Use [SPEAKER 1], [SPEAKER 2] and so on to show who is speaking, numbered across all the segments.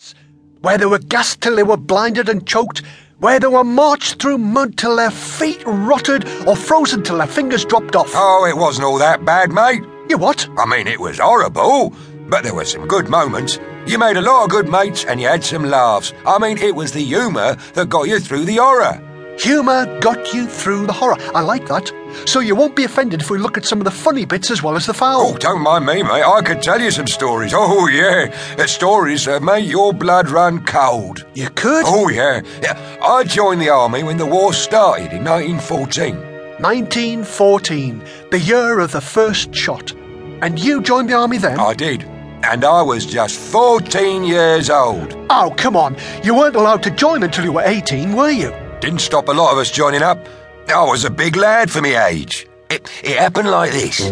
[SPEAKER 1] house, where they were gassed till they were blinded and choked, where they were marched through mud till their feet rotted or frozen till their fingers dropped off.
[SPEAKER 2] Oh, it wasn't all that bad, mate.
[SPEAKER 1] You what?
[SPEAKER 2] I mean, it was horrible, but there were some good moments. You made a lot of good mates and you had some laughs. I mean, it was the humour that got you through the horror.
[SPEAKER 1] Humour got you through the horror. I like that. So you won't be offended if we look at some of the funny bits as well as the foul.
[SPEAKER 2] Oh, don't mind me, mate. I could tell you some stories. Oh, yeah. Uh, stories that make your blood run cold.
[SPEAKER 1] You could?
[SPEAKER 2] Oh, yeah. yeah. I joined the army when the war started in 1914.
[SPEAKER 1] 1914, the year of the first shot. And you joined the army then?
[SPEAKER 2] I did. And I was just 14 years old.
[SPEAKER 1] Oh, come on. You weren't allowed to join until you were 18, were you?
[SPEAKER 2] Didn't stop a lot of us joining up. I was a big lad for my age. It, it happened like this.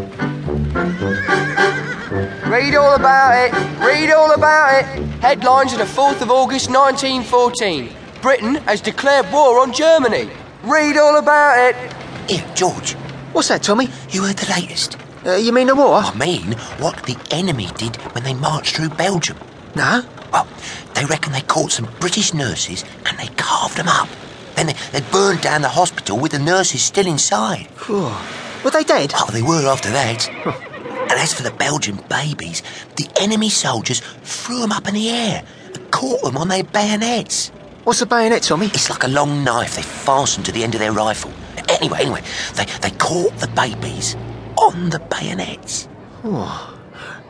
[SPEAKER 3] Read all about it. Read all about it. Headlines of the 4th of August 1914. Britain has declared war on Germany. Read all about it.
[SPEAKER 4] Here, George,
[SPEAKER 5] What's that, Tommy?
[SPEAKER 4] you heard the latest.
[SPEAKER 5] Uh, you mean the war?
[SPEAKER 4] I mean, what the enemy did when they marched through Belgium.
[SPEAKER 5] No.
[SPEAKER 4] Well, they reckon they caught some British nurses and they carved them up. Then they, they burned down the hospital with the nurses still inside.
[SPEAKER 5] Phew. Oh, Were they dead?
[SPEAKER 4] Oh, they were after that. and as for the Belgian babies, the enemy soldiers threw them up in the air and caught them on their bayonets.
[SPEAKER 5] What's a bayonet, Tommy?
[SPEAKER 4] It's like a long knife they fastened to the end of their rifle. Anyway, anyway, they, they caught the babies on the bayonets.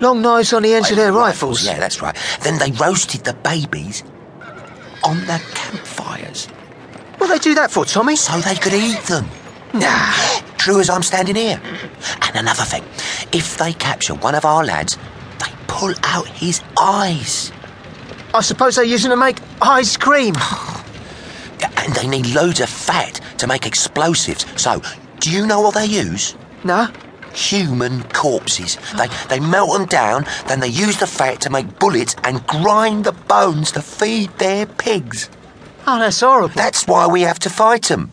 [SPEAKER 5] Long knives on the ends of their rifles.
[SPEAKER 4] Yeah, that's right. Then they roasted the babies on the campfires
[SPEAKER 5] What'd they do that for, Tommy?
[SPEAKER 4] so they could eat them.
[SPEAKER 5] Nah.
[SPEAKER 4] True as I'm standing here. And another thing, if they capture one of our lads, they pull out his eyes.
[SPEAKER 5] I suppose they're using to make ice cream.
[SPEAKER 4] And they need loads of fat to make explosives. So, do you know what they use?
[SPEAKER 5] no.
[SPEAKER 4] Human corpses. They, they melt them down, then they use the fat to make bullets and grind the bones to feed their pigs.
[SPEAKER 5] Oh, that's horrible.
[SPEAKER 4] That's why we have to fight them.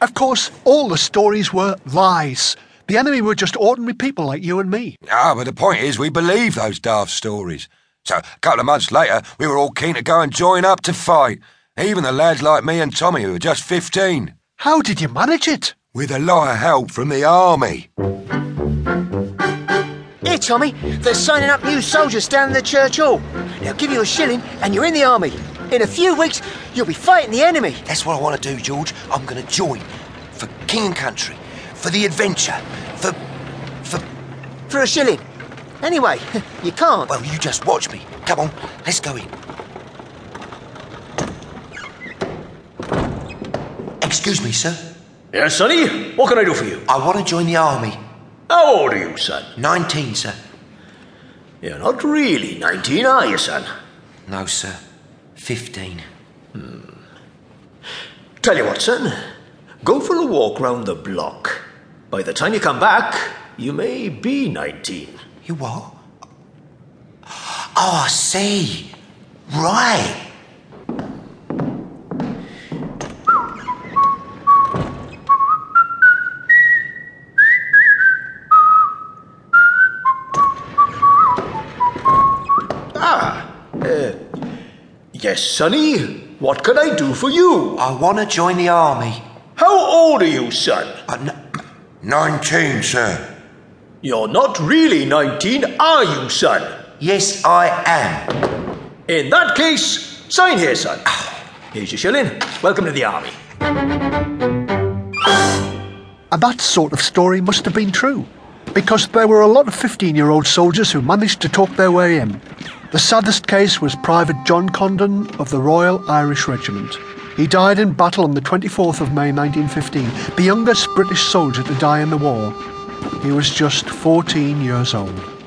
[SPEAKER 1] Of course, all the stories were lies. The enemy were just ordinary people like you and me.
[SPEAKER 2] Ah, but the point is, we believed those daft stories. So, a couple of months later, we were all keen to go and join up to fight. Even the lads like me and Tommy, who were just 15.
[SPEAKER 1] How did you manage it?
[SPEAKER 2] With a lot of help from the army.
[SPEAKER 5] Here, Tommy, they're signing up new soldiers down in the church hall. They'll give you a shilling and you're in the army. In a few weeks, you'll be fighting the enemy.
[SPEAKER 4] That's what I want to do, George. I'm going to join for king and country, for the adventure, for. for.
[SPEAKER 5] For a shilling. Anyway, you can't.
[SPEAKER 4] Well, you just watch me. Come on, let's go in. Excuse me, sir.
[SPEAKER 6] Yes, sonny? What can I do for you?
[SPEAKER 4] I want to join the army.
[SPEAKER 6] How old are you, son?
[SPEAKER 4] 19, sir.
[SPEAKER 6] You're not really 19, are you, son?
[SPEAKER 4] No, sir. 15.
[SPEAKER 6] Tell you what, son. Go for a walk round the block. By the time you come back, you may be 19.
[SPEAKER 4] You what? Oh, I see. Right.
[SPEAKER 6] Yes, sonny? What can I do for you?
[SPEAKER 4] I want to join the army.
[SPEAKER 6] How old are you, son?
[SPEAKER 4] Uh, n-
[SPEAKER 2] 19, sir.
[SPEAKER 6] You're not really 19, are you, son?
[SPEAKER 4] yes, I am.
[SPEAKER 6] In that case, sign here, son. Here's your shilling. Welcome to the army.
[SPEAKER 1] And that sort of story must have been true, because there were a lot of 15 year old soldiers who managed to talk their way in. The saddest case was Private John Condon of the Royal Irish Regiment. He died in battle on the 24th of May 1915, the youngest British soldier to die in the war. He was just 14 years old.